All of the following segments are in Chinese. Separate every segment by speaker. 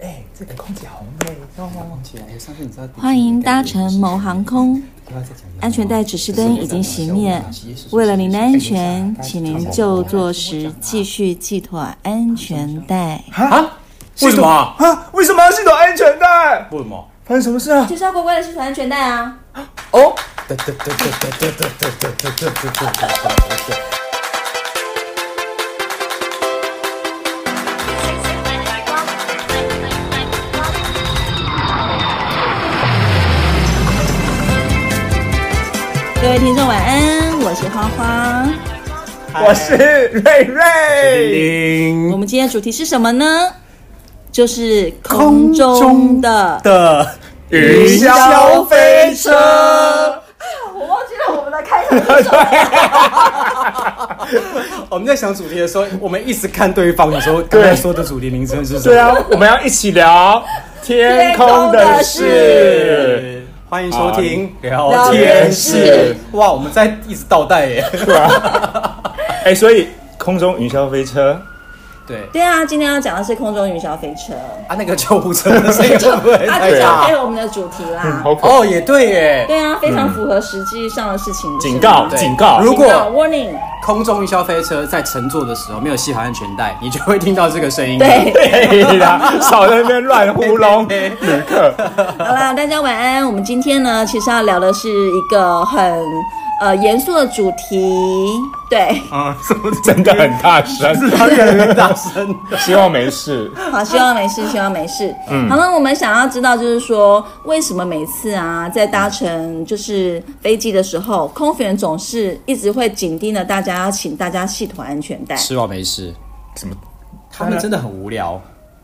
Speaker 1: 哎这个空姐好累，让我忘记了。哎上次你知道
Speaker 2: 欢迎搭乘某航空，
Speaker 1: 不要再讲了
Speaker 2: 安全带指示灯已经熄灭。为了您的安全，请您就座时继续系妥安全带。
Speaker 3: 啊？为什么啊？
Speaker 1: 啊？为什么要系统安全带？
Speaker 3: 为什么？
Speaker 1: 发生什么事啊？
Speaker 2: 就是要乖乖的系妥安全带啊！
Speaker 1: 哦，
Speaker 2: 各位听众晚安，我是花花。
Speaker 1: 我是瑞
Speaker 3: 叮
Speaker 1: 瑞。
Speaker 3: 叮
Speaker 2: 我们今天的主题是什么呢？就是
Speaker 1: 空
Speaker 2: 空中
Speaker 1: 中
Speaker 2: 的。
Speaker 3: 的
Speaker 1: 云霄飞车，
Speaker 2: 我忘记了我们的开头。
Speaker 3: 我们在想主题的时候，我们一直看对方。你说刚才说的主题名称是什么？
Speaker 1: 对啊，我们要一起聊天空的事。
Speaker 3: 是。欢迎收听聊
Speaker 2: 聊
Speaker 3: 天
Speaker 2: 天
Speaker 3: 室
Speaker 2: 室。
Speaker 3: 哇，我们在一直倒带耶。
Speaker 1: 哎，所以空中云霄飞车，
Speaker 3: 对
Speaker 2: 对啊，今天要讲的是空中云霄飞车，
Speaker 3: 啊，那个救护车的声音会不会
Speaker 2: 它
Speaker 3: 太
Speaker 2: 就
Speaker 3: 大
Speaker 2: 配？合我们的主题啦。
Speaker 1: 好恐
Speaker 3: 哦，也对耶。
Speaker 2: 对啊，非常符合实际上的事情。不是吗
Speaker 1: 警告
Speaker 3: 对
Speaker 1: 警告
Speaker 3: 如
Speaker 2: 警告
Speaker 3: 果
Speaker 2: ，warning，
Speaker 3: 空中云霄飞车在乘坐的时候没有系好安全带，你就会听到这个声 音。
Speaker 2: 对，
Speaker 1: 怖啦！少在那边乱糊弄旅客。
Speaker 2: 好啦，大家晚安。我们今天呢，其实要聊的是一个很呃严肃的主题，对，
Speaker 3: 啊，什么
Speaker 4: 真的很大声，
Speaker 3: 他越来越大声。
Speaker 4: 希望没事。
Speaker 2: 好，希望没事，希望没事。嗯，好了，我们想要知道就是说，为什么每次啊在搭乘就是飞机的时候，空服员总是一直会紧盯着大家，要请大家系统安全带。
Speaker 3: 吃饱没事，
Speaker 4: 什么？
Speaker 3: 他们真的很无聊。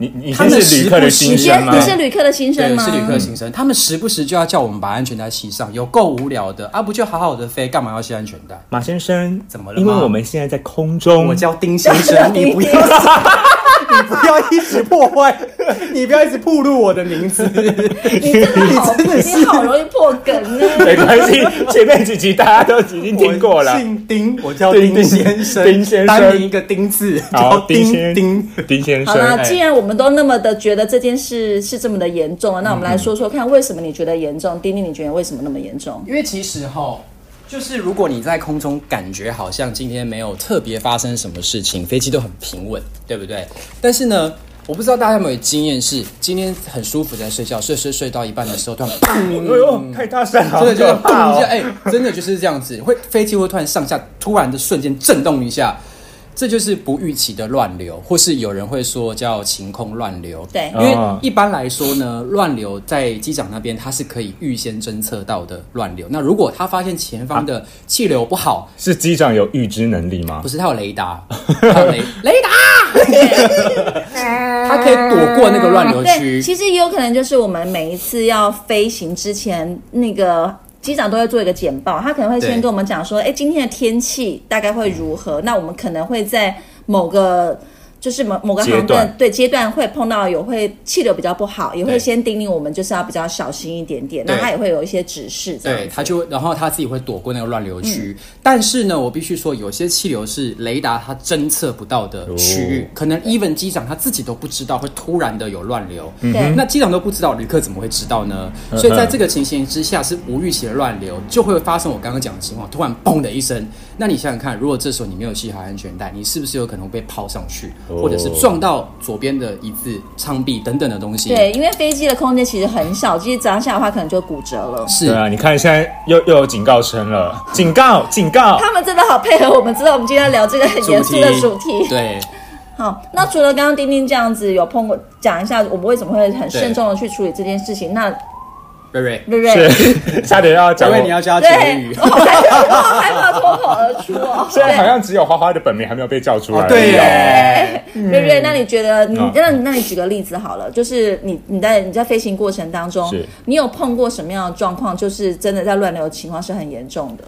Speaker 4: 你你
Speaker 3: 他
Speaker 4: 先
Speaker 3: 们
Speaker 4: 是旅客的心
Speaker 2: 你
Speaker 3: 时
Speaker 2: 是
Speaker 4: 声
Speaker 3: 不
Speaker 4: 吗
Speaker 2: 你？是旅客的心声
Speaker 3: 对，
Speaker 2: 吗？
Speaker 3: 是旅客新生，他们时不时就要叫我们把安全带系上，有够无聊的啊！不就好好的飞，干嘛要系安全带？
Speaker 4: 马先生，
Speaker 3: 怎么了吗
Speaker 4: 因为我们现在在空中，
Speaker 3: 我叫丁先生，你不要，你不要一直破坏，你不要一直暴露我的名字。
Speaker 2: 你真的好，你好容易破梗呢、
Speaker 4: 没关系，前面几集大家都已经听过了
Speaker 3: 我。姓丁，我叫
Speaker 4: 丁
Speaker 3: 丁先生，
Speaker 4: 丁先生
Speaker 3: 单名一个丁字，
Speaker 4: 好
Speaker 3: 叫，
Speaker 4: 丁
Speaker 3: 丁
Speaker 4: 先
Speaker 3: 丁。
Speaker 4: 丁先
Speaker 2: 好
Speaker 4: 生，
Speaker 2: 啦，
Speaker 4: 哎
Speaker 2: 既然我们都那么的觉得这件事是这么的严重了，那我们来说说看，为什么你觉得严重？丁丁，你觉得为什么那么严重？
Speaker 3: 因为其实哈，就是如果你在空中感觉好像今天没有特别发生什么事情，飞机都很平稳，对不对？但是呢，我不知道大家有没有经验是，今天很舒服在睡觉，睡睡睡到一半的时候，突然砰，
Speaker 4: 哎呦，太大声了，
Speaker 3: 真的就是
Speaker 4: 好可怕
Speaker 3: 砰一下，
Speaker 4: 哦
Speaker 3: 哎、真的就是这样子，会飞机会突然上下，突然的瞬间震动一下。这就是不预期的乱流，或是有人会说叫晴空乱流。
Speaker 2: 对
Speaker 3: 因为
Speaker 4: 哦
Speaker 3: 一般来说呢，乱流在机长那边它是可以预先侦测到的乱流。那如果他发现前方
Speaker 4: 啊
Speaker 3: 的气流不好，
Speaker 4: 是机长有预知能力吗
Speaker 3: 不？是他有雷 达，他有雷雷达，他可以躲过那个乱流
Speaker 2: 对，
Speaker 3: 区。
Speaker 2: 其实也有可能就是我们每一次要飞行之前，那个机长都会做一个简报，他可能会先
Speaker 3: 对
Speaker 2: 跟我们讲说，哎，今天的天气大概会如何？那我们可能会在某个。就是某某个
Speaker 4: 阶
Speaker 2: 航段
Speaker 4: 段
Speaker 2: 对阶段会碰到有会气流比较不好，也会
Speaker 3: 对
Speaker 2: 先叮咛我们就是要比较小心一点点。那
Speaker 3: 对
Speaker 2: 他也会有一些指示这样
Speaker 3: 对，
Speaker 2: 子。
Speaker 3: 他就然后他自己会躲过那个乱流区。但是呢，我必须说，有些气流是雷达它侦测不到的区域，
Speaker 2: 哦
Speaker 3: 可能 even 机长他自己都不知道会突然的有乱流。
Speaker 2: 对
Speaker 3: 那机长都不知道，旅客怎么会知道呢？
Speaker 2: 嗯
Speaker 3: 所以在这个情形之下，是无预期的乱流，就会发生我刚刚讲的情况，突然嘣的一声。那你想想看，如果这时候你没有系好安全带，你是不是有可能被抛上去，
Speaker 2: 哦
Speaker 3: 或者是撞到左边的椅子、舱壁等等的东西？
Speaker 2: 对，因为飞机的空间其实很小，其实砸下的话可能就骨折了。
Speaker 3: 是，
Speaker 4: 对啊，你看现在又又有警告声了，警告，警 告，
Speaker 2: 他们真的好配合我们，知道我们今天要聊这个很严肃的主题。
Speaker 3: 对。
Speaker 2: 好，那除了刚刚丁丁这样子有碰过，讲一下我们为什么会很慎重的去处理这件事情。那
Speaker 3: 瑞瑞，
Speaker 2: 瑞瑞，
Speaker 4: 是 差点要
Speaker 3: 小
Speaker 4: 讲我
Speaker 3: 瑞你要教 他结
Speaker 2: 对
Speaker 3: 语，
Speaker 2: 我。好害怕，我好害怕脱口而出哦。
Speaker 4: 虽然好像只有花花的本名还没有被叫出来而已哦，
Speaker 3: 哦对耶
Speaker 2: 对瑞瑞，那你觉得你
Speaker 4: 嗯
Speaker 2: 那那你举个例子好了，就是你你在你在飞行过程当中
Speaker 4: 是，
Speaker 2: 你有碰过什么样的状况？就是真的在乱流的情况是很严重的。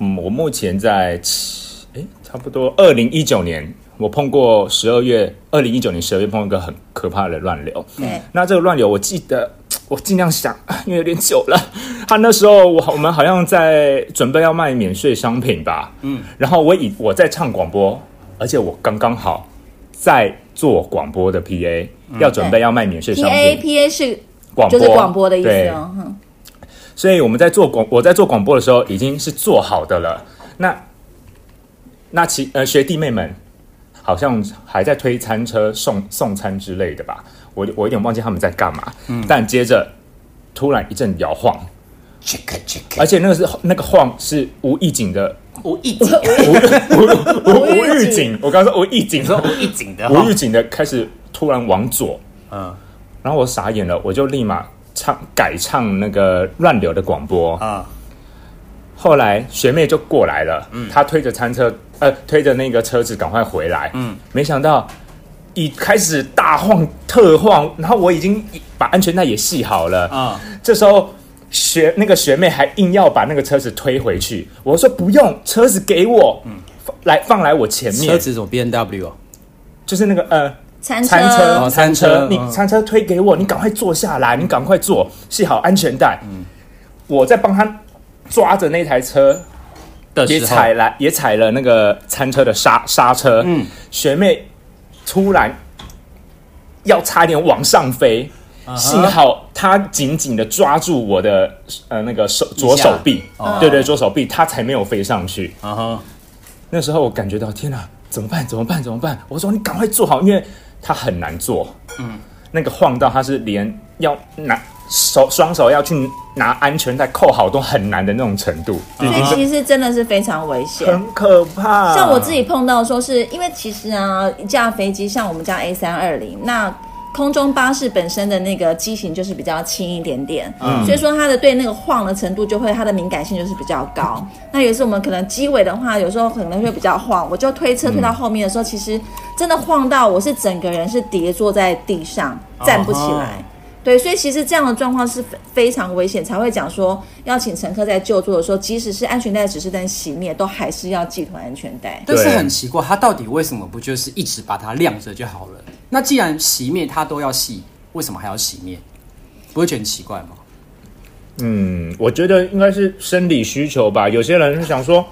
Speaker 4: 嗯，我目前在七，哎，差不多二零一九年，我碰过十二月，二零一九年十二月碰到一个很可怕的乱流。
Speaker 2: 嗯对，
Speaker 4: 那这个乱流，我记得我尽量想，因为有点久了。 他那时候我我们好像在准备要卖免税商品吧，嗯，然后我以我在唱广播，而且我刚刚好在做广播的 PA，、要准备要卖免税
Speaker 2: 嗯，P
Speaker 4: 商
Speaker 2: A
Speaker 4: 品，
Speaker 2: P A 是
Speaker 4: 广
Speaker 2: 就
Speaker 4: 播
Speaker 2: 是广播的意思
Speaker 4: 对
Speaker 2: 哦。哼
Speaker 4: 所以我们在做广，我在做广播的时候已经是做好的了。那那其呃学弟妹们好像还在推餐车送送餐之类的吧，我我有点忘记他们在干嘛。但接着突然一阵摇晃，
Speaker 3: check check，
Speaker 4: 而且那个是那个晃是无预警的，
Speaker 3: 无意景，
Speaker 4: 无 无无预警。我刚刚说无预警，
Speaker 3: 你说无意景的
Speaker 4: 无预
Speaker 3: 哈，
Speaker 4: 警的开始突然往左，
Speaker 3: 嗯
Speaker 4: 然后我傻眼了，我就立马唱改唱那个乱流的广播。
Speaker 3: 啊，
Speaker 4: 后来学妹就过来了，
Speaker 3: 嗯
Speaker 4: 她推着餐车，呃，推着那个车子赶快回来。嗯，没想到一开始大晃特晃，然后我已经把安全带也系好了。
Speaker 3: 啊
Speaker 4: 这时候学那个学妹还硬要把那个车子推回去，我说不用，车子给我，放来放来我前
Speaker 3: 嗯车
Speaker 4: 面，
Speaker 3: 子怎么 B N W 哦？
Speaker 4: 就是那个呃。
Speaker 2: 餐
Speaker 4: 餐车，
Speaker 3: 哦餐车
Speaker 4: 你
Speaker 3: 嗯
Speaker 4: 餐车推给我，你赶快坐下来，你赶快坐，系好安全带。
Speaker 3: 嗯
Speaker 4: 我在帮他抓着那台车，
Speaker 3: 的
Speaker 4: 也
Speaker 3: 嗯时候嗯
Speaker 4: 踩来，也踩了那个餐车的刹刹车。学妹突然要差点往上飞，
Speaker 3: 嗯
Speaker 4: 幸好她紧紧的抓住我的呃那个手左手臂，
Speaker 3: 哦
Speaker 4: 对对，左手臂，她才没有飞上去。
Speaker 3: 啊哈，
Speaker 4: 那时候我感觉到天哪、怎么办？怎么办？怎么办？我说你赶快坐好，因为它很难坐。嗯，那个晃到它是连要拿手双手要去拿安全带扣好都很难的那种程度，
Speaker 2: 所以其实真的是非常危险。
Speaker 4: 嗯很可怕。
Speaker 2: 像我自己碰到说是，因为其实啊，一架飞机像我们家 A 三二零，那空中巴士本身的那个机型就是比较轻一点点，
Speaker 4: 嗯
Speaker 2: 所以说它的对那个晃的程度就会它的敏感性就是比较高。那有时候我们可能机尾的话，有时候可能会比较晃，我就推车推
Speaker 4: 嗯
Speaker 2: 到后面的时候，其实真的晃到我是整个人是跌坐在地上，站不起来。对，所以其实这样的状况是非非常危险，才会讲说要请乘客在救助的时候，即使是安全带指示灯熄灭，都还是要系团安全带。
Speaker 3: 但是
Speaker 4: 对
Speaker 3: 很奇怪，他到底为什么不就是一直把它亮着就好了？那既然熄灭它都要熄，为什么还要熄灭？不会觉得很奇怪吗？
Speaker 4: 嗯，我觉得应该是生理需求吧。有些人想说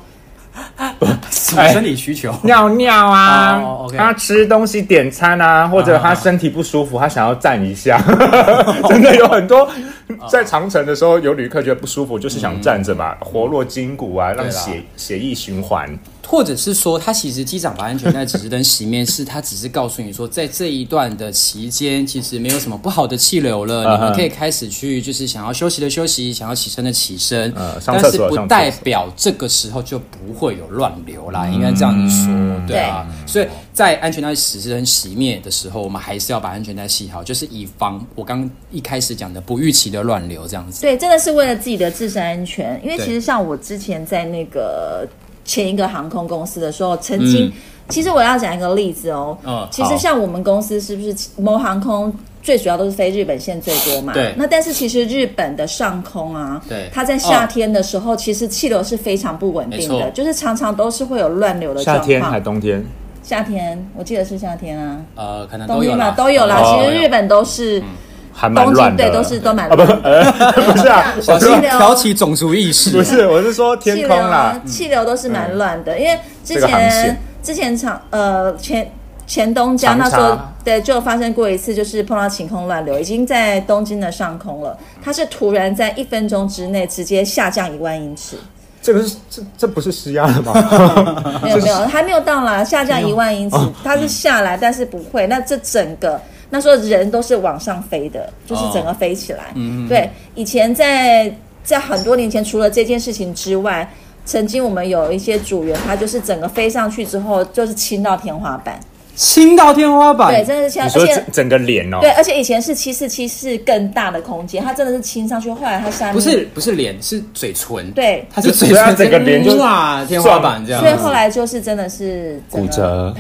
Speaker 3: 什么生理需求？
Speaker 4: 尿尿啊，
Speaker 3: 哦，OK
Speaker 4: 他吃东西点餐啊，或者他身体不舒服，他想要站一
Speaker 3: 啊
Speaker 4: 下。 真的有很多
Speaker 3: 哦
Speaker 4: 在长城的时候，有旅客觉得不舒服，就是想站着嘛，活络筋骨啊，让
Speaker 3: 嗯对啦
Speaker 4: 血血液循环。
Speaker 3: 或者是说，他其实机长把安全带指示灯熄灭，是他只是告诉你说，在这一段的期间，其实没有什么不好的气流了，
Speaker 4: 嗯
Speaker 3: 你们可以开始去，就是想要休息的休息，想要起身的起身，
Speaker 4: 嗯上
Speaker 3: 但
Speaker 4: 厕
Speaker 3: 是
Speaker 4: 所
Speaker 3: 不
Speaker 4: 上厕
Speaker 3: 代
Speaker 4: 所
Speaker 3: 表这个时候就不会有乱流啦，
Speaker 4: 嗯
Speaker 3: 应该这样子说，对啊。所以在安全带指示灯熄灭的时候，我们还是要把安全带系好，就是以防我刚一开始讲的不预期的乱流这样子。
Speaker 2: 对，真的是为了自己的自身安全，因为
Speaker 3: 对
Speaker 2: 其实像我之前在那个前一个航空公司的时候，曾经、其实我要讲一个例子哦，
Speaker 3: 嗯
Speaker 2: 其实
Speaker 3: 好
Speaker 2: 像我们公司是不是某航空？最主要都是飞日本线最多嘛，
Speaker 3: 对
Speaker 2: 那但是其实日本的上空啊，
Speaker 3: 对哦
Speaker 2: 它在夏天的时候，其实气流是非常不稳定
Speaker 3: 没
Speaker 2: 的，
Speaker 3: 错
Speaker 2: 就是常常都是会有乱流的
Speaker 4: 夏
Speaker 2: 状
Speaker 4: 天还
Speaker 2: 况。
Speaker 4: 冬天，
Speaker 2: 夏天，我记得是夏天啊，
Speaker 3: 呃，可能
Speaker 2: 冬
Speaker 3: 都有
Speaker 2: 天嘛
Speaker 3: 啦，
Speaker 2: 都有啦。
Speaker 4: 哦
Speaker 2: 其实日本都是
Speaker 4: 还蛮
Speaker 2: 东
Speaker 4: 乱
Speaker 2: 京，
Speaker 4: 的。
Speaker 2: 对，都是都 蛮
Speaker 4: 啊，不
Speaker 2: 乱的。
Speaker 4: 呃，不是 啊，
Speaker 3: 小心
Speaker 2: 气流
Speaker 3: 哦挑起种族意识
Speaker 4: 不。是，我是说天空啦。嗯
Speaker 2: 气流啊，气流都是蛮乱的，因为之
Speaker 4: 这个航
Speaker 2: 前
Speaker 4: 线
Speaker 2: 之前长呃前前东家
Speaker 4: 长
Speaker 2: 那时候
Speaker 4: 沙
Speaker 2: 对就有发生过一次，就是碰到晴空乱流，已经在东京的上空了，它是突然在一分钟之内直接下降一万英尺，
Speaker 4: 这个是这这不是施压了 吗？
Speaker 2: 没有没有还没有到啦，下降一万英尺，它是下来，但是不会，那这整个。那时候人都是往上飞的，就是整个飞起来。对，以前在在很多年前，除了这件事情之外，曾经我们有一些组员，他就是整个飞上去之后，就是亲到天花板。
Speaker 3: 亲到天花板，
Speaker 2: 对，真的是亲到，
Speaker 4: 你
Speaker 2: 而
Speaker 4: 说
Speaker 2: 且
Speaker 4: 整整个脸哦
Speaker 2: 对，，而且以前是七四七是更大的空间，他真的是亲上去，后来他下面
Speaker 3: 不是不是脸，是嘴唇。
Speaker 2: 对
Speaker 3: 他是嘴
Speaker 4: 对啊
Speaker 3: 唇，
Speaker 4: 整个脸就
Speaker 3: 哇天花板这样
Speaker 2: 所
Speaker 3: 子。
Speaker 2: 以后来就是真的是整个
Speaker 4: 骨折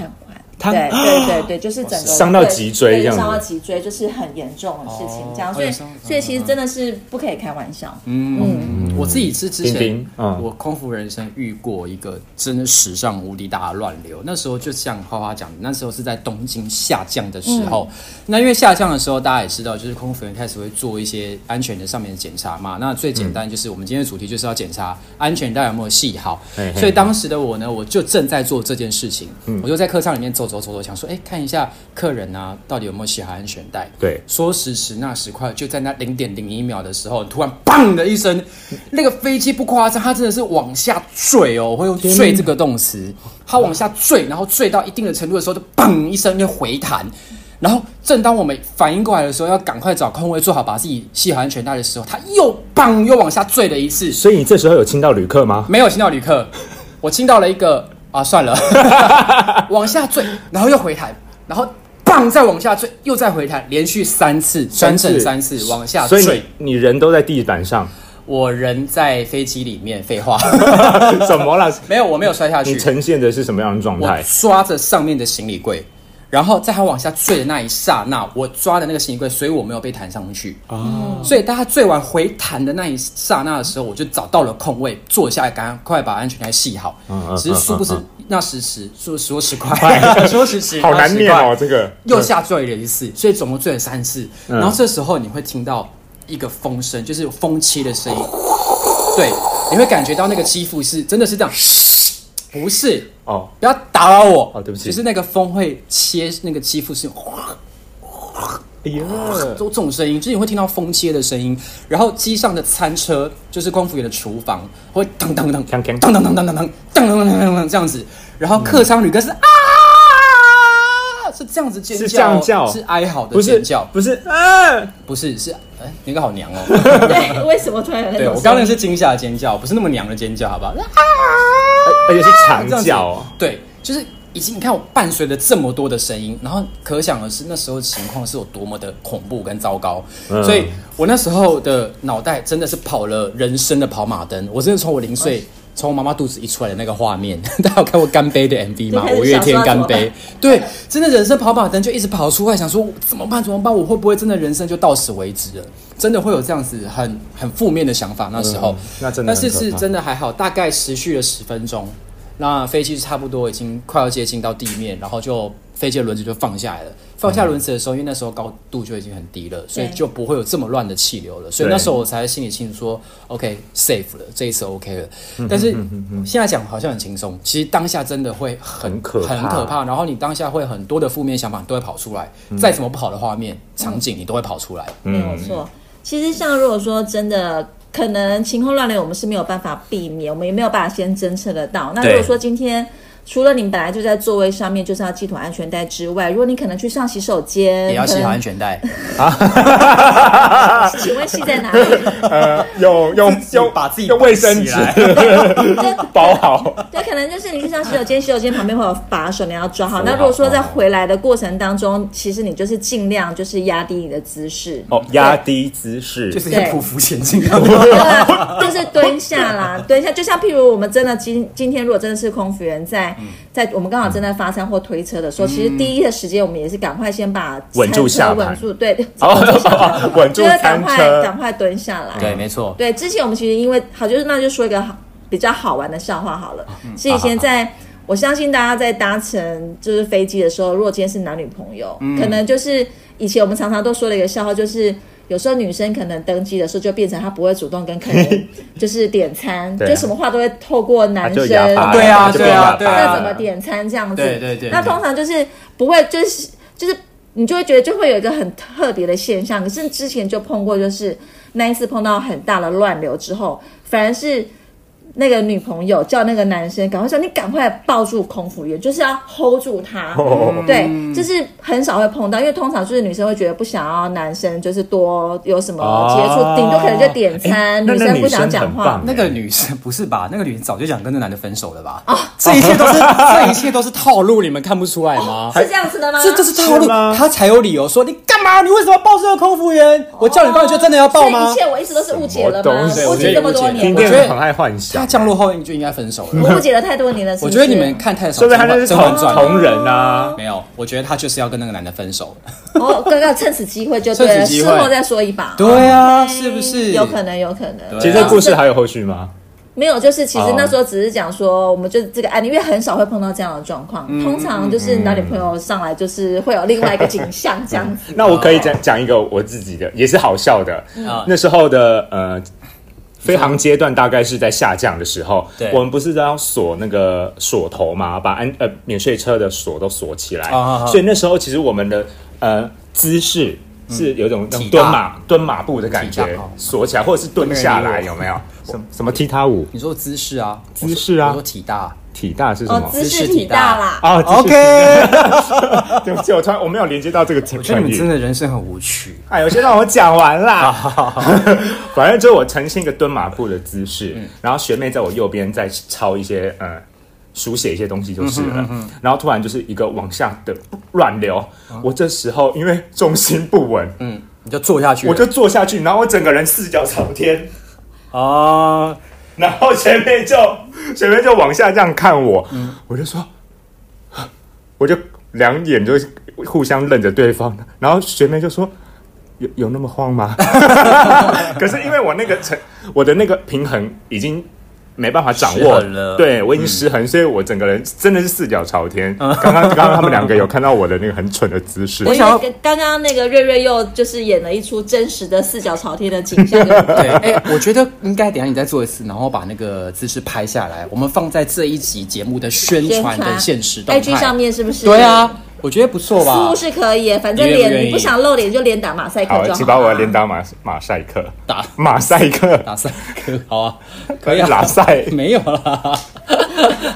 Speaker 2: 瘫
Speaker 3: 瘫
Speaker 2: 痪。对对对对，就是整个
Speaker 4: 伤到脊椎
Speaker 2: 对
Speaker 4: 这样子
Speaker 2: 伤到脊椎就是很严重的事情，
Speaker 3: 哦
Speaker 2: 这样，所以
Speaker 3: 哎伤
Speaker 2: 所以其实真的是不可以开玩笑。
Speaker 3: 嗯，我自己是之前
Speaker 4: 丁丁嗯
Speaker 3: 我空服人生遇过一个真的史上无敌大的乱流。那时候就像花花讲的，那时候是在东京下降的时候。
Speaker 2: 嗯
Speaker 3: 那因为下降的时候，大家也知道，就是空服员开始会做一些安全的上面的检查嘛。那最简单就是我们今天的主题就是要检查安全带有没有系好
Speaker 4: 嘿。嘿
Speaker 3: 所以当时的我呢，我就正在做这件事情，我就在客舱里面走走走走走，想说，哎，看一下客人啊，到底有没有系好安全带。
Speaker 4: 对
Speaker 3: 说时迟，那时快，就在那零点零一秒的时候，突然砰的一声，那个飞机不夸张，它真的是往下坠哦，我会用“坠”这个动词，它往下坠，然后坠到一定的程度的时候，就砰一声就回弹。然后，正当我们反应过来的时候，要赶快找空位，做好把自己系好安全带的时候，它又砰又往下坠了一次，
Speaker 4: 所以你这时候有亲到旅客吗？
Speaker 3: 没有亲到旅客，我亲到了一个啊，算了， 往下坠，然后又回弹，然后棒再往下坠，又再回弹，连续三次，
Speaker 4: 三
Speaker 3: 整
Speaker 4: 次
Speaker 3: 整三次往下
Speaker 4: 所以
Speaker 3: 坠。
Speaker 4: 你你人都在地板上，
Speaker 3: 我人在飞机里面，废话，
Speaker 4: 怎么了？
Speaker 3: 没有，我没有摔下
Speaker 4: 你
Speaker 3: 去，
Speaker 4: 呈现的是什么样的状
Speaker 3: 我
Speaker 4: 态？
Speaker 3: 抓着上面的行李柜。然后在它往下坠的那一刹那，我抓的那个行李柜，所以我没有被弹上去。哦，所以当它坠完回弹的那一刹那的时候，我就找到了空位，坐下来，赶快把安全带系好。
Speaker 4: 嗯嗯
Speaker 3: 只是殊不知、
Speaker 4: 嗯嗯
Speaker 3: 那时迟，说说十 块，说时迟，
Speaker 4: 好难
Speaker 3: 那时
Speaker 4: 念
Speaker 3: 快
Speaker 4: 哦，这嗯个
Speaker 3: 又下坠了一次，所以总共坠了三次。然后这时候你会听到一个风声，就是有风切的声音，对，你会感觉到那个肌肤是真的是这样，不是，
Speaker 4: 哦，
Speaker 3: 不要打扰我，
Speaker 4: 哦对不起
Speaker 3: 就是那个风会切那个肌肤是
Speaker 4: 哎呀，
Speaker 3: 都这种声音，就是你会听到风切的声音，然后机上的餐车就是空服员的厨房会噔噔噔
Speaker 4: 锵锵
Speaker 3: 噔噔噔噔噔噔噔噔噔噔噔这样子，然后客舱旅客是啊。是这样子尖叫哦，
Speaker 4: 是这样叫
Speaker 3: 是哀嚎的
Speaker 4: 不是
Speaker 3: 尖叫，
Speaker 4: 不是啊，
Speaker 3: 不是，是哎，你个好娘哦！
Speaker 2: 对，为什么突然有那
Speaker 3: 对
Speaker 2: 种
Speaker 3: 我刚
Speaker 2: 声
Speaker 3: 才
Speaker 2: 音？
Speaker 3: 是惊吓的尖叫，不是那么娘的尖叫，好不好？
Speaker 4: 而而且是
Speaker 3: 啊
Speaker 4: 长
Speaker 3: 这样子
Speaker 4: 叫 哦，
Speaker 3: 对，就是已经你看我伴随着这么多的声音，然后可想而知那时候情况是有多么的恐怖跟糟糕，
Speaker 4: 嗯
Speaker 3: 所以我那时候的脑袋真的是跑了人生的跑马灯，我真的从我零岁。
Speaker 4: 嗯
Speaker 3: 从我妈妈肚子一出来的那个画面， 大家有看过《干杯》的 MV 吗
Speaker 2: 就开？始
Speaker 3: 五月天《
Speaker 2: 想说要
Speaker 3: 干
Speaker 2: 怎么
Speaker 3: 杯》对，真的人生跑马灯就一直跑出来，想说怎么办？怎么办？我会不会真的人生就到此为止了？真的会有这样子很很负面的想法。那时候，
Speaker 4: 嗯那真的
Speaker 3: 但
Speaker 4: 很
Speaker 3: 是
Speaker 4: 可
Speaker 3: 是
Speaker 4: 怕
Speaker 3: 真的还好，大概持续了十分钟，那飞机差不多已经快要接近到地面，然后就飞机的轮子就放下来了。放下轮子的时候，因为那时候高度就已经很低了，所以
Speaker 2: 对
Speaker 3: 就不会有这么乱的气流了。所以
Speaker 4: 对
Speaker 3: 那时候我才心里清楚说，OK，safe、了，这一次 OK 了。但是现在讲好像很轻松，其实当下真的会嗯很
Speaker 4: 很可怕
Speaker 3: 很可怕。然后你当下会很多的负面想法都会跑出来，再怎么不好的画面场景你都会跑出来。
Speaker 2: 没有错。其实像如果说真的。可能晴空乱流，我们是没有办法避免，我们也没有办法先侦测得到。那如果
Speaker 4: 对
Speaker 2: 说今天，除了你本来就在座位上面就是要系妥安全带之外，如果你可能去上洗手间，
Speaker 3: 也要系好安全
Speaker 2: 全。
Speaker 3: 带，
Speaker 2: 请问系在哪里？
Speaker 4: 呃，用用
Speaker 3: 自己
Speaker 4: 用
Speaker 3: 把自己
Speaker 4: 用卫生
Speaker 3: 绑起
Speaker 4: 纸
Speaker 3: 来
Speaker 4: 包好，
Speaker 2: 对，可能就是你去上洗 手间，洗手间旁边会有把手，你要抓好。
Speaker 4: 抓好
Speaker 2: 那如果说在回来的过程当中，其实你就是尽量就是压低你的 姿势，
Speaker 4: 哦，压低姿势，
Speaker 3: 就是
Speaker 2: 对
Speaker 3: 匍匐前进。
Speaker 2: 对啊，就是蹲 下啦，蹲下。就像譬如我们真的今今天如果真的是空服员在
Speaker 4: 嗯
Speaker 2: 在我们刚好正在发餐或推车的时候，其实第一的时间我们也是赶快先把
Speaker 4: 稳住
Speaker 2: 餐
Speaker 4: 下
Speaker 2: 车
Speaker 4: 盘
Speaker 2: 稳住，对，对
Speaker 4: 哦，哦 稳住
Speaker 2: 就是赶
Speaker 4: 餐
Speaker 2: 快
Speaker 4: 车
Speaker 2: 赶，快蹲下 来，
Speaker 3: 对，没错。
Speaker 2: 对，之前我们其实因为好，就是那就说一个好比较好玩的笑话好
Speaker 4: 啊
Speaker 2: 了。
Speaker 4: 嗯
Speaker 2: 是以前在、我相信大家在搭乘就是飞机的时候，如果今天是男女朋友，
Speaker 4: 嗯
Speaker 2: 可能就是以前我们常常都说的一个笑话，就是。有时候女生可能登机的时候就变成她不会主动跟 客人就是点餐，
Speaker 4: 对啊
Speaker 2: 就什么话都会透过
Speaker 4: 啊
Speaker 2: 男
Speaker 4: 就
Speaker 2: 生
Speaker 4: 哑巴了，
Speaker 3: 对啊
Speaker 4: 就变
Speaker 3: 对啊
Speaker 4: 哑巴
Speaker 3: 对啊
Speaker 2: 那
Speaker 4: 了
Speaker 2: 怎么点餐这样子？
Speaker 3: 对对对
Speaker 2: 那
Speaker 3: 对
Speaker 2: 通常就是不会，就是就是你就会觉得就会有一个很特别的现象。可是之前就碰过，就是那一次碰到很大的乱流之后，反而是。那个女朋友叫那个男生赶快说：“你赶快抱住空服员，就是要 hold 住他。
Speaker 3: 嗯
Speaker 4: 哦
Speaker 2: 对，就是很少会碰到，因为通常就是女生会觉得不想要男生就是多有什么
Speaker 4: 哦
Speaker 2: 接
Speaker 4: 哎
Speaker 2: 触，顶多可能就点餐，
Speaker 4: 那那
Speaker 2: 生不
Speaker 4: 女
Speaker 2: 想
Speaker 4: 生
Speaker 2: 讲
Speaker 4: 很
Speaker 2: 话
Speaker 4: 棒。
Speaker 3: 那个女生不是吧？那个女生早就想跟那男的分手了吧？啊这一切 都是这一切都是套路，你们看不出来吗？
Speaker 2: 是这样子的吗？
Speaker 3: 啊这就是套
Speaker 4: 啊
Speaker 3: 路
Speaker 4: 是吗，
Speaker 3: 他才有理由说你干嘛？你为什么抱这个空服员？我叫你抱，你就真的要抱
Speaker 2: 所以
Speaker 3: 吗
Speaker 2: 一？切我一直都是误解了
Speaker 4: 什么
Speaker 2: 吗
Speaker 4: 东西？
Speaker 2: 误解这么多年
Speaker 4: 今
Speaker 2: 了，
Speaker 4: 天
Speaker 3: 我觉得
Speaker 4: 很爱幻想，
Speaker 3: 啊他降落后就应该分手了。
Speaker 2: 我误解了太多年了。是
Speaker 3: 我
Speaker 2: 不
Speaker 3: 觉
Speaker 2: 是
Speaker 3: 得你们看太少
Speaker 4: 说
Speaker 3: 《
Speaker 4: 不定他就是
Speaker 3: 甄
Speaker 4: 同
Speaker 3: 嬛传》了。
Speaker 4: 同人啊，
Speaker 3: 没有，我觉得他就是要跟那个男的分手。
Speaker 2: 哦，刚刚趁此机会就对
Speaker 3: 趁
Speaker 2: 了，
Speaker 3: 此机
Speaker 2: 事
Speaker 3: 会
Speaker 2: 后再说一把。
Speaker 3: 对啊，
Speaker 2: 哎
Speaker 3: 是不是？
Speaker 2: 有可能，有可能。
Speaker 3: 对啊
Speaker 4: 其实这个故事还有后续吗？
Speaker 2: 没有，就是其实
Speaker 4: 哦
Speaker 2: 那时候只是讲说，我们就这个案例，因为很少会碰到这样的状况，
Speaker 3: 嗯
Speaker 2: 通常就是男女朋友上来就是会有另外一个景象这样子。
Speaker 3: 嗯哦
Speaker 4: 那我可以讲讲一个我自己的，也是好笑的。
Speaker 3: 啊
Speaker 4: 那时候的呃，飞行阶段大概是在下降的时候
Speaker 3: 对，
Speaker 4: 我们不是都要锁那个锁头嘛，把安呃免税车的锁都锁起来，
Speaker 3: 啊啊啊
Speaker 4: 所以那时候其实我们的呃姿势是有一种那种
Speaker 3: 嗯体大
Speaker 4: 蹲马蹲马步的感
Speaker 3: 体
Speaker 4: 觉
Speaker 3: 大哦，
Speaker 4: 锁起来或者是蹲下来，有没有？什么什么踢踏舞？
Speaker 3: 你说姿势啊，
Speaker 4: 姿势啊
Speaker 3: 我说我说体大
Speaker 4: 体大
Speaker 3: 嗯
Speaker 4: 是什
Speaker 2: 哦
Speaker 4: 么，？
Speaker 2: 姿
Speaker 3: 姿势
Speaker 2: 势
Speaker 3: 体
Speaker 2: 体
Speaker 3: 大
Speaker 2: 大啦。
Speaker 4: 啊
Speaker 3: 哦，OK，
Speaker 4: 对不起，我突然我没有连接到这个
Speaker 3: 我觉得
Speaker 4: 专
Speaker 3: 你们
Speaker 4: 业
Speaker 3: 真。的人生很无趣。
Speaker 4: 哎呦，先让我讲完啦。 反正就是我呈现一个蹲马步的姿势，然后学妹在我右边在抄一些呃书写一些东西就是了。然后突然就是一个往下的乱流，我这时候因为重心不稳，
Speaker 3: 嗯，你就坐下去了，
Speaker 4: 我就坐下去，然后我整个人四脚朝天，
Speaker 3: 啊，
Speaker 4: 然后学妹就学妹就往下这样看我，
Speaker 3: 嗯
Speaker 4: 我就说， 我就两眼就互相瞪着对方，然后学妹就说。有有那么慌吗？ 可是因为我那个成我的那个平衡已经没办法掌
Speaker 3: 失
Speaker 4: 握
Speaker 3: 衡了嗯
Speaker 4: 对我已经失衡，所以我整个人真的是四脚朝 天。刚刚刚刚他们两个有看到我的那个很蠢的姿势，
Speaker 2: 我
Speaker 3: 想要
Speaker 2: 以为刚刚刚那个瑞瑞又就是演了一出真实的四脚朝天的 景象，对不对
Speaker 3: 对，哎、我觉得应该等一下你再做一次，然后把那个姿势拍下来，我们放在这一集节目的宣传的现实动
Speaker 2: IG 哎上
Speaker 3: 态。
Speaker 2: 面是不是？
Speaker 3: 对，啊，我觉得不错
Speaker 2: 似
Speaker 3: 吧
Speaker 2: 乎？是可以，反正
Speaker 3: 你愿不愿
Speaker 2: 脸
Speaker 3: 意
Speaker 2: 你不想露脸就脸打马赛克
Speaker 4: 好，
Speaker 2: 就好。
Speaker 4: 请把我的连。打马马赛克，
Speaker 3: 打
Speaker 4: 马赛克，
Speaker 3: 打赛克，好啊，可以啊，
Speaker 4: 拉赛
Speaker 3: 没有啦，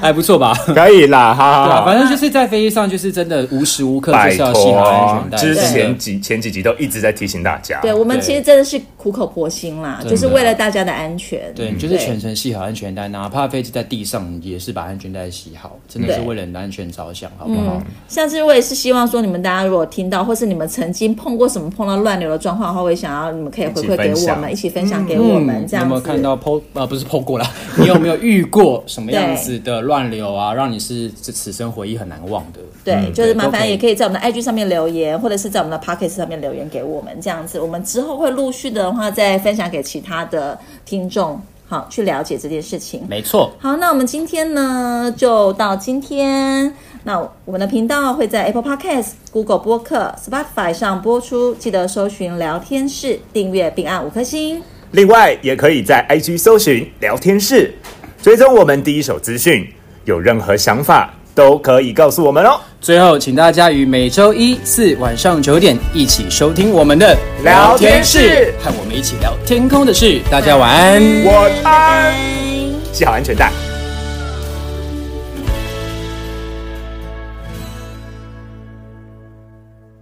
Speaker 3: 还不错吧？
Speaker 4: 可以啦，哈
Speaker 3: 对
Speaker 4: 哈
Speaker 3: 啊，
Speaker 4: 哈。
Speaker 3: 反正就是在飞机上，就是真的无时无刻就
Speaker 4: 拜
Speaker 3: 是要系好安
Speaker 4: 托啊
Speaker 3: 全，带。
Speaker 4: 之
Speaker 3: 真
Speaker 4: 前
Speaker 3: 的
Speaker 4: 几前几集都一直在提醒大家，
Speaker 2: 对我们
Speaker 3: 对
Speaker 2: 其实真的是苦口婆心啦，
Speaker 3: 的
Speaker 2: 就是为了大家的安全。
Speaker 3: 对，
Speaker 4: 嗯
Speaker 3: 你就是全程系好安全带，哪怕飞机在地上，你也是把安全带系好，真的是
Speaker 2: 对嗯
Speaker 3: 为了你的安全着想，好不好？
Speaker 2: 下次我也是希望说，你们大家如果听到，或是你们曾经碰过什么碰到乱流的状况的话，我也想要你们可以回馈给
Speaker 4: 一起分
Speaker 2: 我
Speaker 4: 享
Speaker 2: 们，一起分享给我们，这
Speaker 3: 嗯你有
Speaker 2: 样
Speaker 3: 没
Speaker 2: 子。
Speaker 3: 有看到 PO 呃不是 PO 过啦？ 你有没有遇过什么样子的乱流啊，让你是这此生回忆很难忘的？
Speaker 2: 对，就是
Speaker 3: 嗯
Speaker 2: 麻
Speaker 3: 都可
Speaker 2: 烦
Speaker 3: 以
Speaker 2: 也可以在我们的 IG 上面留言，或者是在我们的 Pocket 上面留言给我们，这样子，我们之后会陆续的话再分享给其他的听众，好去了解这件事情。
Speaker 3: 没错，
Speaker 2: 好，那我们今天呢就到今天。那我们的频道会在 Apple Podcast、Google 播客、Spotify 上播出，记得搜寻“聊天室”，订阅并按五颗星。
Speaker 4: 另外也可以在 IG 搜寻聊天室，追踪我们第一手资讯，有任何想法都可以告诉我们哦。
Speaker 3: 最后请大家于每周一四晚上九点一起收听我们的
Speaker 4: 聊天室，
Speaker 3: 和我们一起聊天空的事。大家晚安。
Speaker 4: 我安，
Speaker 2: 拜。
Speaker 4: 系好安全带。